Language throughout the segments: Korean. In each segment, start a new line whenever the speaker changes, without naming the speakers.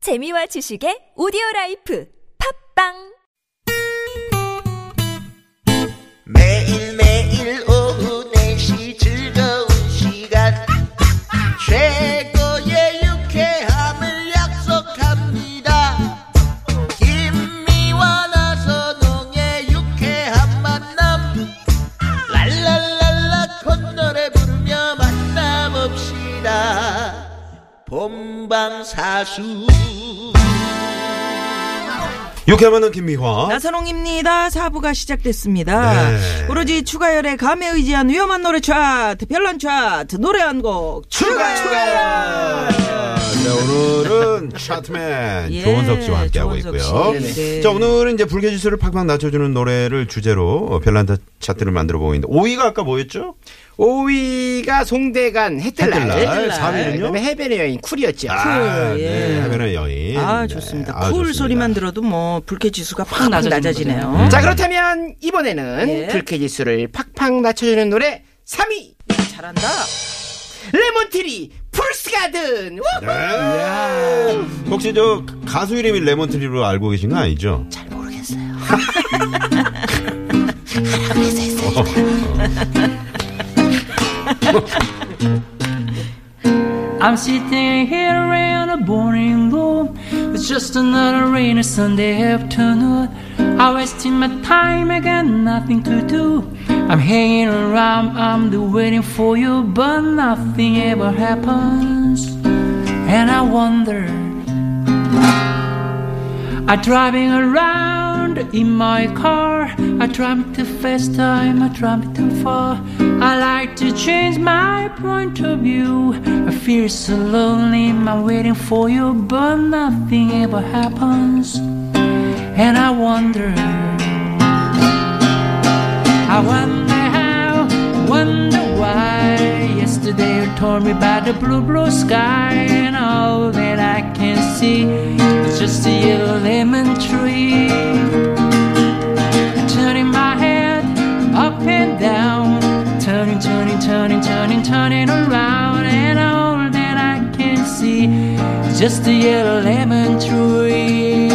재미와 지식의 오디오 라이프 팝빵
매일매일 오후 4시 즐거운 시간 최고의 유쾌함을 약속합니다 김미와 나선홍의 유쾌한 만남 랄랄랄라 콧노래 부르며 만남없시다 본방사수
이렇게 하면은 김미화.
나선홍입니다. 사부가 시작됐습니다.
어? 네.
오로지 추가열의 감에 의지한 위험한 노래 차트, 별난 차트, 노래 한 곡 추가열.
자, 오늘은 차트맨
예,
조원석 씨와 함께하고
조원석
있고요.
씨. 네네.
자, 오늘은 이제 불쾌지수를 팍팍 낮춰주는 노래를 주제로 별난다 차트를 만들어 보고 있는데 5위가 아까 뭐였죠?
5위가 송대간 해뜰날, 네,
해뜰날. 4위는요?
그다음에 해변의 여인 쿨이었죠.
아,
예.
네. 하면은 여인.
아,
네.
좋습니다.
아,
쿨
좋습니다.
소리만 들어도 뭐 불쾌 지수가 팍 낮아지네요. 음.
자 그렇다면 이번에는
예.
불쾌지수를 팍팍 낮춰주는 노래 3위
네.
잘한다.
레몬트리 풀스가든
네. 혹시 저 가수 이름이 레몬트리로 알고 계신 거 아니죠?
잘 모르겠어요.
I'm sitting here in a boring room. It's just another rainy Sunday afternoon. I'm wasting my time, I got nothing to do. I'm hanging around, I'm the waiting for you, but nothing ever happens. And I wonder, I'm driving around in my car. I drive too fast, time, I drive too far. I like to change my point of view. I feel so lonely, I'm waiting for you, but nothing ever happens. And I wonder. I wonder how, wonder why. Yesterday you told me about the blue, blue sky, and all that I can see is just a yellow lemon tree. Turning my head up and down, turning, turning, turning, turning, turning around, and all that I can see is just a yellow lemon tree.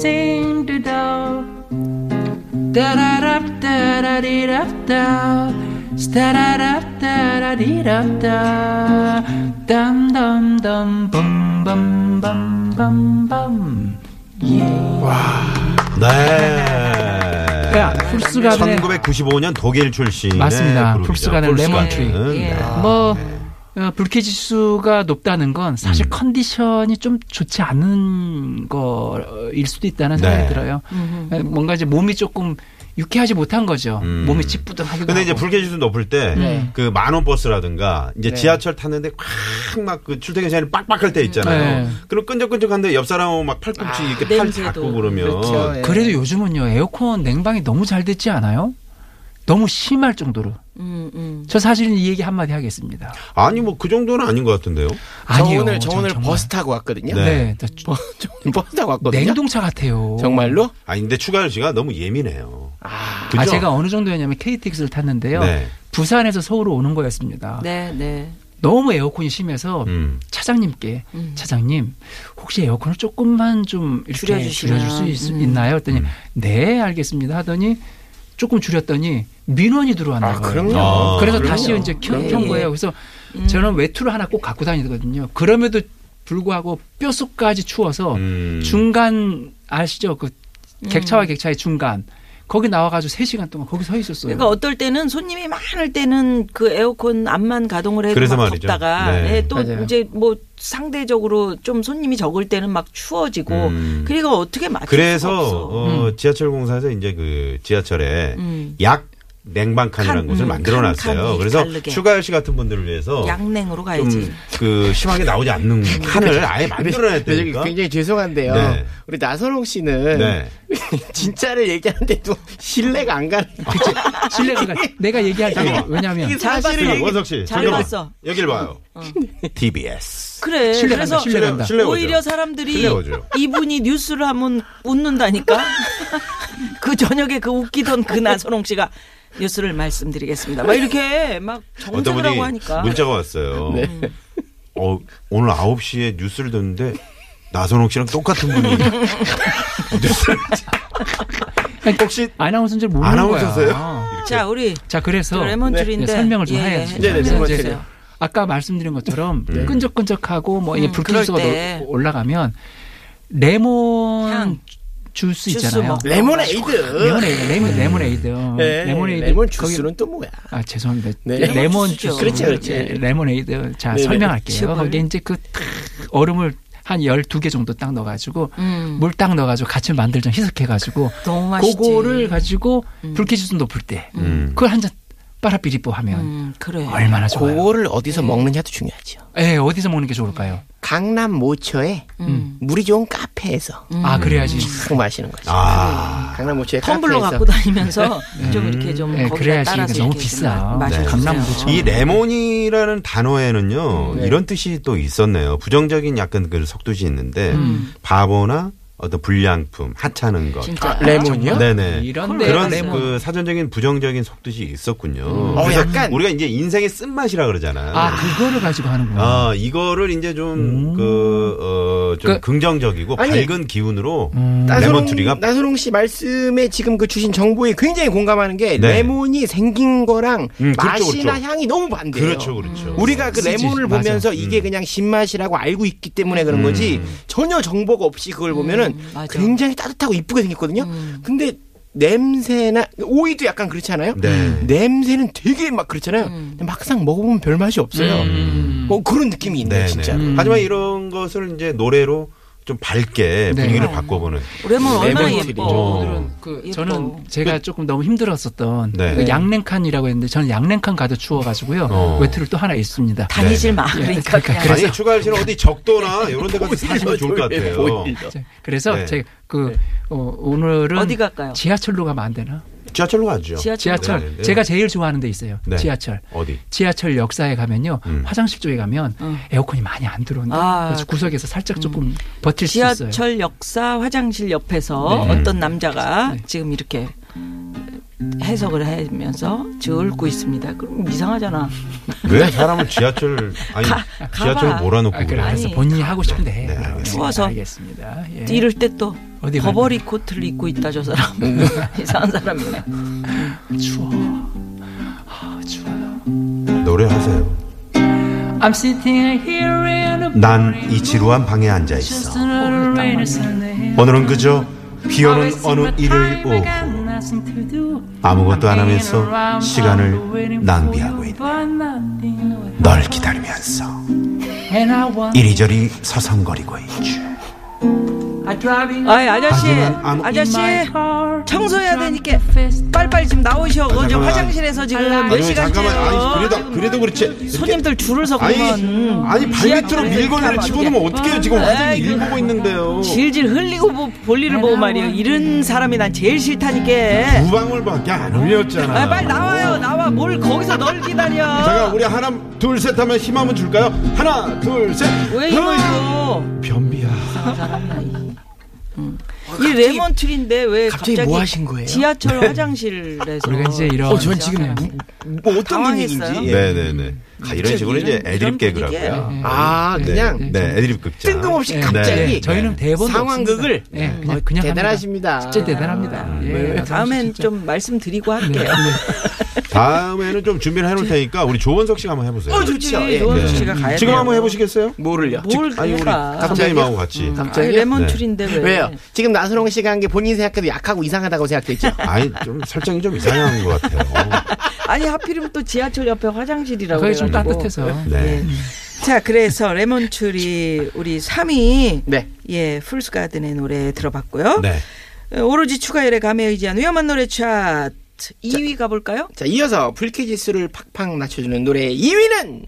Sing the dog. Da da da da da dee da da. Da da da da da dee da da. Dum dum dum bum bum bum bum bum. Yeah.
네.
야, 풀스가든의-
1995년 독일 출신.
맞습니다. 풀스가든의 레몬트리.
네. 아,
뭐 어, 불쾌지수가 높다는 건
음.
사실 컨디션이 좀 좋지 않은 거일 수도 있다는 생각이
네.
들어요. 예, 뭔가 이제 몸이 조금 유쾌하지 못한 거죠.
음.
몸이 찌뿌둥하기도
근데
하고.
이제 불쾌지수 높을 때
네.
그 만원 버스라든가 이제
네.
지하철 탔는데 꽉 막 그 출퇴근 시간이 빡빡할 때 있잖아요.
네.
그럼 끈적끈적한데 옆 사람하고 막 팔꿈치 이렇게 팔
냄새도.
잡고 그러면
그렇죠. 예.
그래도 요즘은요 에어컨 냉방이 너무 잘 됐지 않아요? 너무 심할 정도로.
음, 음.
저 사실 이 얘기 한마디 하겠습니다.
아니 뭐 그 정도는 아닌 것 같은데요.
저
아니요,
오늘 저
전
오늘
정말.
버스 타고 왔거든요.
네.
네, 저
저 오늘 버스 타고 왔거든요.
냉동차 같아요.
정말로?
아니 근데 추가열 씨가 너무 예민해요.
아,
아
그죠?
제가 어느 정도였냐면 KTX를 탔는데요.
네.
부산에서 서울로 오는
아.
거였습니다.
네, 네.
너무 에어컨이 심해서
음.
차장님께 차장님 혹시 에어컨을 조금만 좀 이렇게
줄여주시면. 음.
줄여줄 수 있, 나요 그랬더니 네 알겠습니다 하더니 조금 줄였더니 민원이 들어왔나
아,
봐요.
그럼요.
아,
그래서
그럼요.
다시 이제
그럼요.
켠 거예요. 그래서
음.
저는 외투를 하나 꼭 갖고 다니거든요. 그럼에도 불구하고 뼛속까지 추워서
음.
중간 아시죠? 그
음.
객차와 객차의 중간 거기 나와가지고 3 시간 동안 거기 서
네.
있었어요.
그러니까 어떨 때는 손님이 많을 때는 그 에어컨 안만 가동을 해도
그래서
막
말이죠.
덥다가
네.
예, 또
맞아요.
이제 뭐 상대적으로 좀 손님이 적을 때는 막 추워지고
음.
그러니까 어떻게 맞출
그래서
수가 없어.
어, 지하철 공사에서 이제 그 지하철에
음.
약 냉방칸이라는
칸,
곳을
음, 칸,
만들어놨어요.
칸이
그래서
다르게.
추가열 씨 같은 분들을 위해서
양냉으로 가야지.
어.
음.
좀 그 심하게 나오지 않는 칸을 아예
근데
만들어냈다니까.
굉장히 죄송한데요.
네.
우리 나선홍 씨는
네.
진짜를 얘기하는데도 신뢰가 안 가는
실례가 내가 얘기할게요.
잠깐만.
왜냐하면
잘
잠깐만,
봤어.
예, 원석 씨.
잘
잠깐만.
봤어.
여길 봐요. TBS.
그래.
신뢰
그래서
간다, 신뢰 간다.
신뢰
오히려
오죠.
사람들이
신뢰 오죠.
이분이 뉴스를 하면 웃는다니까. 그 저녁에 그 웃기던 그 나선홍 씨가 뉴스를 말씀드리겠습니다. 막 이렇게 막
어떤
정색을
분이
하고 하니까. 네.
문자가 왔어요. 어, 오늘 9시에 뉴스를 듣는데 나선홍 씨랑 똑같은 분이
혹시
아나운서인 줄 모르는
아나운서세요?
거야.
자, 우리
자 그래서
또 레몬트리인데
네, 설명을 좀
예, 예.
해야지.
네, 네,
설명해
레몬트리.
주세요.
아까 말씀드린 것처럼 끈적끈적하고 뭐 이게
음,
불쾌수가
그럴 때.
올라가면 레몬
향.
주스
주스
있잖아요.
먹고.
레몬에이드.
레몬에이드, 레몬, 레몬에이드.
네,
레몬에이드.
레몬
거기-
주스는 또 뭐야?
아 죄송합니다.
네.
레몬
주스죠.
주스.
그렇지, 그렇지.
예, 레몬에이드. 자
네네.
설명할게요.
제발.
거기에 이제 그 탁 얼음을 한 12개 정도 딱 넣어가지고
음.
물 딱 넣어가지고 같이 만들죠. 희석해가지고
너무 맛있지. 음.
그거를 가지고 불쾌지수 높을 때 그걸 한 잔 빠라삐리뽀 하면
음, 그래.
얼마나 좋아요.
그거를 어디서
음.
먹느냐도 중요하죠.
예, 어디서 먹는 게 좋을까요?
강남 모처에
음.
물이 좋은 카페에서
아 그래야지.
푹 마시는 거죠.
아
강남 모처에
텀블러
카페에서.
갖고 다니면서 좀 이렇게 좀
예,
거기다
그래야지
따라서
이게 너무
이렇게 좀
비싸.
마셔
네.
주세요.
강남구청.
아,
이 레몬이라는 단어에는요
네.
이런 뜻이 또 있었네요. 부정적인 약간 그 석두시 있는데
음.
바보나 어떤 불량품 하찮은 것.
진짜
레몬이요?
네네.
이런 데
그런
레몬.
그 사전적인 부정적인 속뜻이 있었군요.
어,
그래서
약간.
우리가 이제 인생의 쓴맛이라 그러잖아.
아 그거를 가지고 하는구나.
어, 이거를 이제 좀, 그, 어, 좀
그-
긍정적이고
음. 아니, 음.
밝은 기운으로
나선홍,
레몬트리가
나선홍 씨 말씀에 지금 그 주신 정보에 굉장히 공감하는 게
네.
레몬이 생긴 거랑
음, 그렇죠,
맛이나
그렇죠.
향이 너무 반대예요.
그렇죠, 그렇죠.
우리가 그
쓰지,
레몬을
맞아.
보면서
음.
이게 그냥 신맛이라고 알고 있기 때문에 그런 거지 전혀 정보가 없이 그걸 보면은
음, 맞아. 음.
굉장히 따뜻하고 이쁘게 생겼거든요. 근데 냄새나 오이도 약간 그렇지 않아요?
네.
냄새는 되게 막 그렇잖아요.
음.
근데 막상 먹어보면 별 맛이 없어요. 뭐 그런 느낌이
음.
있네
네,
요 진짜.
음.
네. 하지만 이런 것을 이제 노래로 좀 밝게
네.
분위기를 바꿔보는.
레몬 얼마나
레몬
예뻐.
어.
오늘은 그
예뻐.
저는 제가 조금 너무 힘들었었던
그 네.
그 양냉칸이라고 했는데 저는 양냉칸 가도 추워가지고요
어.
외투를 또 하나 있습니다. 네. 예,
다니질
네.
마. 그러니까 그냥
그래서-
아니, 추가할 씨는 어디 적도나 이런 데 가서 사시면 좋을 것 같아요.
보일러.
자, 그래서
네.
제가 그 어, 오늘은
어디 갈까요?
지하철로 가면 안 되나?
지하철로 가죠.
지하철
지하철
네, 네, 네.
제가 제일 좋아하는 데 있어요.
네.
지하철.
어디?
지하철 역사에 가면요
음.
화장실 쪽에 가면 에어컨이 많이 안 들어온다.
아,
그래서 구석에서 살짝 조금 버틸 수 있어요.
지하철 역사 화장실
네.
옆에서 어떤 남자가 지금 이렇게 해석을 하면서 저울고 있습니다. 그럼 이상하잖아.
왜 사람을 지하철, 아니,
가-
지하철로
가봐.
몰아놓고
아,
그래.
그래 알았어
아니,
본인이 하고 싶은데 해.
네, 알겠습니다.
추워서.
알겠습니다. 예.
네.
이럴 때 또
어디
버버리 코트를 입고 있다 저 사람
네.
이상한 사람이네.
추워. 아 추워요.
노래하세요.
I'm sitting here in a
난 이 지루한 방에 앉아
just
있어.
another rainy Sunday.
오늘은 그저 비 오는
Always
어느
in my
일요일
time, I got
오후
nothing to do.
아무것도 안
I'm
하면서
hanging around,
시간을
waiting
낭비하고
for you,
있네.
but nothing
널 기다리면서
And I want
이리저리 서성거리고 있지.
I driving
아이 아저씨
하지만 아무-
아저씨
my car.
청소해야 되니까 빨빨 지금 나오셔. 그 지금
잠깐만.
화장실에서 지금 몇
아니 잠깐만, 아니
시간째요.
그래도 그래도 그렇지.
손님들 줄을
아니
서고는
아니 발 밑으로
음. 지하철에
밀고
이렇게
내려
하면
집어넣으면 어떻게 해요? 지금
에이,
화장실 일 보고 있는데요.
질질 흘리고 보- 볼일을 보고 말이에요. 이런 사람이 난 제일 싫다니까.
두 방울밖에 안 흘렸잖아.
아, 빨리 나와요. 나와. 뭘 거기서 널 기다려.
잠깐 우리 하나 둘 셋 하면 힘 한번 줄까요? 하나 둘 셋.
왜 이거? 이거?
아, 변비야.
이 레몬트리인데 왜
갑자기
갑자기,
뭐 하신 거예요?
지하철 화장실에서
우리가 이제 이런
어, 전 지금
네.
무- 뭐 어떤
당황했어요?
분위기인지. 예.
네네네. 아, 이런 식으로 이제
이런- 이런
애드립 개그라고요.
분위기예요.
아 그냥
네, 네, 애드립 극장.
뜬금없이
네,
갑자기
네.
저희는 대본
상황극을
예, 그냥 그냥
대단하십니다. 아,
합니다. 진짜 대단합니다. 예, 나선홍 씨
음. 뭐, 다음엔
진짜.
좀 말씀드리고 할게요.
다음에는 좀 준비를 해놓을 테니까 우리 조원석 씨가 한번 해보세요.
어, 좋죠. 예.
노원
네.
씨가 가야
지금
돼요.
한번 해보시겠어요?
네.
뭐를요?
뭘
아니 우리 네.
해봐.
선배님하고 같이.
아니, 레몬트리인데 왜?
왜요? 지금 나선홍 씨가 한 게 본인 생각해도 약하고 이상하다고 생각했죠?
아니 좀 설정이 좀 이상한 것 같아요.
아니 하필이면 또 지하철 옆에 화장실이라고
아, 거기 좀
해가지고.
따뜻해서 아,
네.
자, 그래서 레몬추리 우리 3위
네.
예, 풀스가든의 노래 들어봤고요.
네.
어, 오로지 추가열의 감에 의지한 위험한 노래 차트 2위 가볼까요?
자, 이어서 불쾌지수를 팍팍 낮춰주는 노래 2위는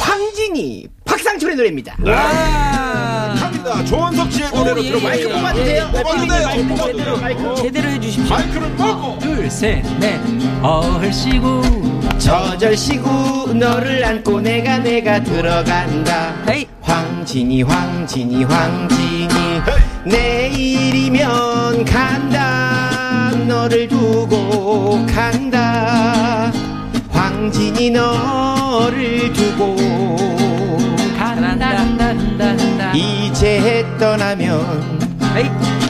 황진이 박상철의 노래입니다.
네.
아, 갑니다. 조원석 씨의 노래로
예,
들어봐요.
예,
마이크 뽑아도 돼요?
뽑아도 돼요. 뽑아도 돼요.
제대로 해주십시오.
마이크를 뽑고. 네.
둘셋넷 얼씨구
저절시구 너를 안고 내가 내가 들어간다.
헤이.
황진이 황진이 황진이 내일이면 간다 너를 두고 간다 황진이 너를 두고
잘한다.
간다
이제 떠나면
에이,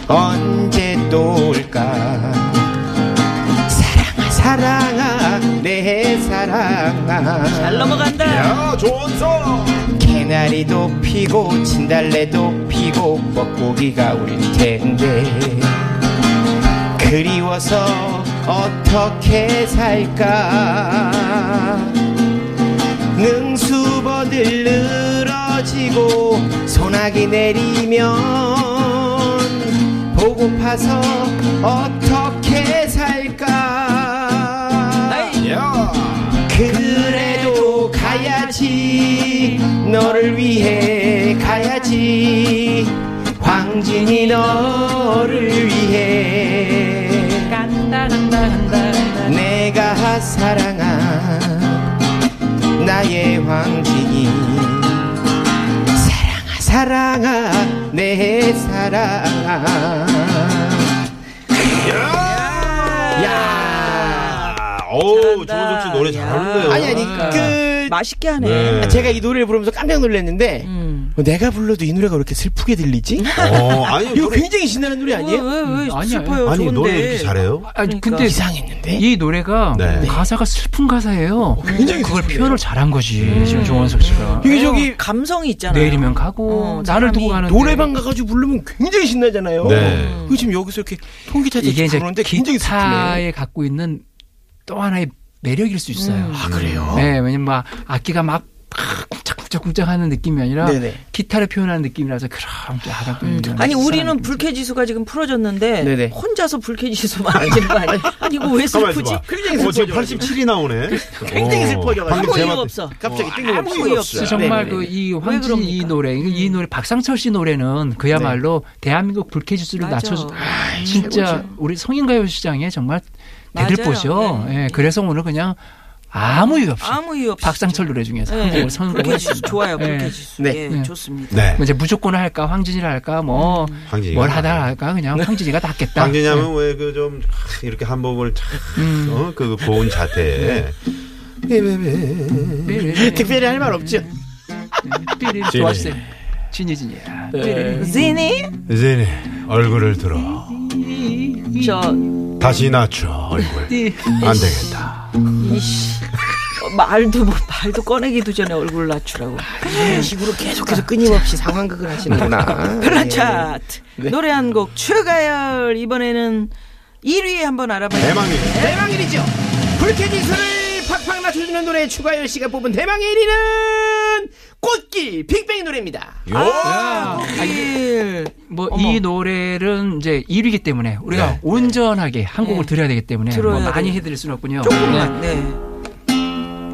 언제 또 올까 사랑아 사랑아 내 사랑아
잘 넘어간다.
야, 좋은 소.
개나리도 피고 진달래도 피고 뻐꾸기가 우릴 텐데 그리워서 어떻게 살까 능수버들 늘어지고 소나기 내리면 보고파서 어떻게 살까
에이,
그래도 가야지 너를 위해 가야지 황진이 너를 위해
간다 간다 간다 간다
내가 사랑한 나의 황진이 사랑아 사랑아 내 사랑아 야
아, 어우, 조은석
잘한다.
씨 노래 잘하는데요.
아니 아니 끝
맛있게 하네.
네.
아, 제가 이 노래를 부르면서 깜짝 놀랐는데
음.
어, 내가 불러도 이 노래가 왜 이렇게 슬프게 들리지?
어, 아니,
이거
노래,
굉장히 신나는 노래 아니에요?
왜왜
아니야.
슬퍼요?
아니,
좋은데.
노래 이렇게 잘해요?
아니
그러니까.
근데
이상했는데
이 노래가
네.
가사가 슬픈 가사예요
굉장히
그걸
슬프네요.
표현을 잘한 거지
음.
지금 조원석 씨가
이게 저기
어, 감성이 있잖아요.
내일이면 가고
어,
나를 두고
사람이
가는
노래방 가가지고 부르면 굉장히 신나잖아요.
네.
그 지금 여기서 이렇게 통기타
그 이게
이렇게
이제
부르는데 굉장히 슬프네요.
기타에 갖고 있는 또 하나의 매력일 수
음.
있어요.
아 그래요?
네, 왜냐면 막 악기가 막 쿵짝쿵짝쿵짝 하는 느낌이 아니라
네네.
기타를 표현하는 느낌이라서 그렇게 하다 보면
음. 아니 우리는 불쾌지수가 지금 풀어졌는데
네네.
혼자서 불쾌지수 많아지는 거 아니야? 아니 이거 왜
가만히
슬프지? 그러니까
있어봐.
그러니까
어, 지금 87이 나오네.
굉장히
어,
슬퍼져가지고.
방금
아무
제
이유
맛-
없어.
갑자기
아무
뜬금없이
이유 없어요.
정말
네네네.
그 이 황진 이
그럽니까? 음.
노래 이 노래 박상철 씨 노래는 그야말로 대한민국 불쾌지수를
네. 맞아.
낮춰 진짜 우리 성인가요 시장에 정말
맞아요. 네.
대들보죠. 예, 그래서 오늘 그냥 아무 이유 없이
아무 이유 없이
박상철 노래 중에서
네.
한곡을 선곡을
불쾌지수
했습니다.
좋아요.
예.
불쾌지수.
네.
예,
네.
좋습니다.
네.
뭐 이제 무조건 할까 황진이라 할까 뭐 뭘
음.
황진이가
하다 할까
네.
그냥 황진이가 낫겠다.
방진이 하면 왜 그 좀 이렇게 한복을 착, 어? 그 고운 자태에.
삐리리,
특별히 할 말 없죠.
삐리리.
진이.
좋았어요. 진이 네. 진이야.
네.
삐리리.
지니
이제 얼굴을 들어.
저
다시 낮춰, 얼굴. 안 되겠다.
이씨 어, 말도 못- 말도 꺼내기도 전에 얼굴 낮추라고.
아,
이런 식으로 계속해서 끊임없이 상황극을 하시는구나. 예.
네.
별난 차트 노래 한 곡 추가열 이번에는 1위 한번 알아봐요.
네.
대망의
대망일이죠. 불쾌지수를 팍팍 낮춰주는 노래 추가열 씨가 뽑은 대망의 1위는 꽃길 빅뱅의 노래입니다.
일.
뭐 이 노래는 이제 1위기 때문에 우리가 온전하게 한 곡을
네.
들어야 되기 때문에 뭐
들어야
많이
돼요.
해드릴 수는 없군요.
조금만. 네.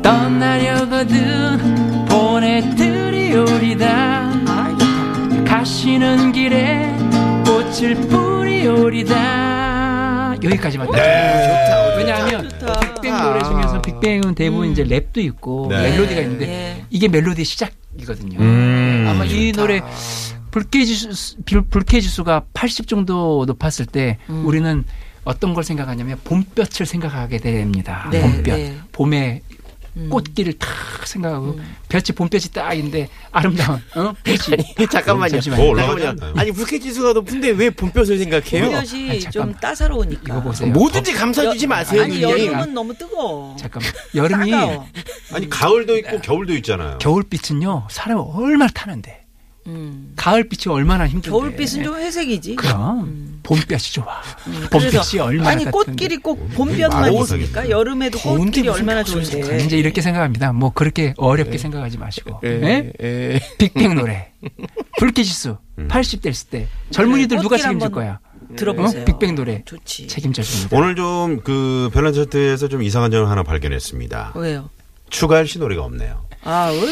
떠나려거든 보내드리오리다
아,
가시는 길에 꽃을 뿌리오리다 여기까지만
좋다.
왜냐하면
좋다.
빅뱅
아.
노래 중에서 빅뱅은 대부분 이제 랩도 있고
네.
멜로디가 있는데
음. 예.
이게 멜로디의 시작이거든요.
음.
아마 이 노래 불쾌지수 불- 불쾌지수가 80 정도 높았을 때
음.
우리는 어떤 걸 생각하냐면 봄볕을 생각하게 됩니다.
네,
봄볕,
네. 음.
봄에 꽃길을 탁 생각하고 볕이 봄볕이 딱인데 아름다운 어? 볕이
예,
어,
잠깐만요.
잠시만요.
뭐 올라가냐?
잠깐만요. 아니 불쾌지수가 높은데 왜 봄볕을 생각해요?
이것이
아니,
좀
잠깐만.
따사로우니까.
이거 보세요. 네, 어,
뭐든지 감싸주지 마세요.
아니
굉장히.
여름은 너무 뜨거워.
잠깐만 여름이
따가워.
아니 가을도 있고 겨울도 있잖아요.
겨울빛은요 사람 얼마나 타는데
음.
가을빛이 얼마나 힘든데
겨울빛은 좀 회색이지.
그럼 봄볕이 좋아. 봄볕이
그래서
얼마나
아니
따뜻한데. 음,
꽃길이 꼭
말을
봄볕만
못
있습니까?
하겠어요.
여름에도
더운데
꽃길이
무슨
얼마나
가수를
저는
좋은데.
이제 이렇게 생각합니다. 뭐 그렇게 어렵게 생각하지 마시고. 예?
에.
빅뱅 노래. 불쾌지수
음.
80 됐을 때 젊은이들
그래,
누가
네, 꽃길
책임질
한번
거야?
예, 들어보세요.
어? 빅뱅 노래
좋지.
책임져 줍니다.
오늘 좀 그 별난 차트에서 좀 이상한 점을 하나 발견했습니다.
어.
왜요?
추가할 시 노래가 없네요.
아, 왜 뭐,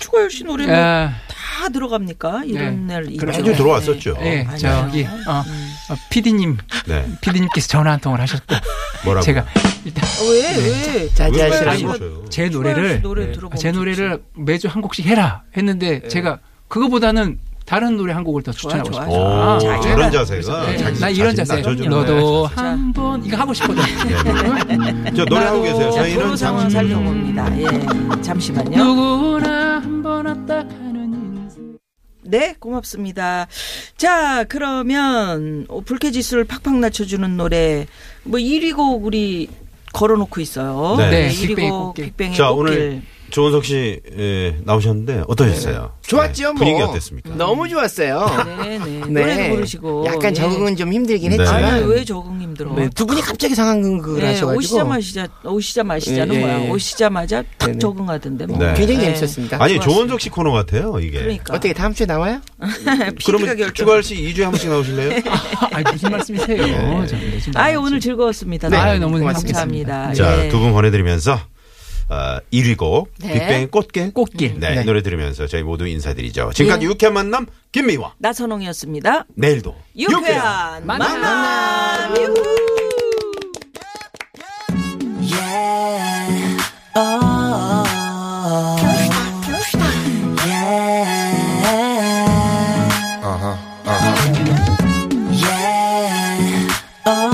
추가열 씨 노래 뭐
아,
다
네.
들어갑니까?
그렇죠.
이런 날 이죠.
그래, 좀 들어왔었죠.
예,
아니야. 음.
저기 어, 어, PD님,
네.
PD님께서 전화 한 통을 하셨고
뭐라고?
제가 일단
네. 어, 왜? 왜?
자제하시라고.
아니,
요
네. 제
추가열 씨
노래를
노래
네.
들어보면
아, 제 노래를 매주 한 곡씩 해라 했는데 제가 그거보다는 다른 노래 한 곡을 더
좋아,
추천하고
좋아,
싶어요.
오,
아,
저런 자세가
네.
자기
나 이런 자세.
낮춰주는
너도
자세.
한 번 이거 하고 싶거든. 음.
저 노래하고 계세요.
자, 어, 도로
저희는
상황
잠시
살펴봅니다. 예. 잠시만요.
누구나 한 번 왔다 가는 인생.
네, 고맙습니다. 자, 그러면 어, 불쾌지수를 팍팍 낮춰주는 노래 뭐 1위 곡 우리 걸어놓고 있어요.
네.
네,
1위
빅뱅의
곡
꽃길.
빅뱅의
자,
꽃길.
오늘 조은석 씨 예, 나오셨는데 어떠셨어요?
좋았죠,
네,
뭐.
분위기 어땠습니까?
너무 좋았어요.
네, 네.
네.
노래도 부르시고
약간 적응은 좀 힘들긴
네.
예.
했지만.
아니, 왜 적응 힘들어?
네, 두 분이 갑자기 상황극을
예,
하셔가지고.
오시자 마시자 오시자 마시자는
예, 예,
뭐야?
예.
오시자마자 탁
네네.
적응하던데 뭐.
네.
굉장히
네.
재밌었습니다.
아니 조은석 씨 코너 같아요 이게.
그러니까.
어떻게 다음 주에 나와요?
그러면 주갈 씨 2주에 한 번씩 나오실래요?
아, 무슨 말씀이세요? 정말 지금
아유 오늘 즐거웠습니다.
네.
아유, 너무
감사합니다.
자,
예.
두 분 보내드리면서 어, 1위 곡
네.
빅뱅의 꽃길
꽃길.
네,
네.
노래 들으면서 저희 모두 인사드리죠.
예.
지금까지 유쾌한 만남 김미화
나선홍이었습니다.
내일도
유쾌한 만남. 유후.
Yeah. Oh.
Oh.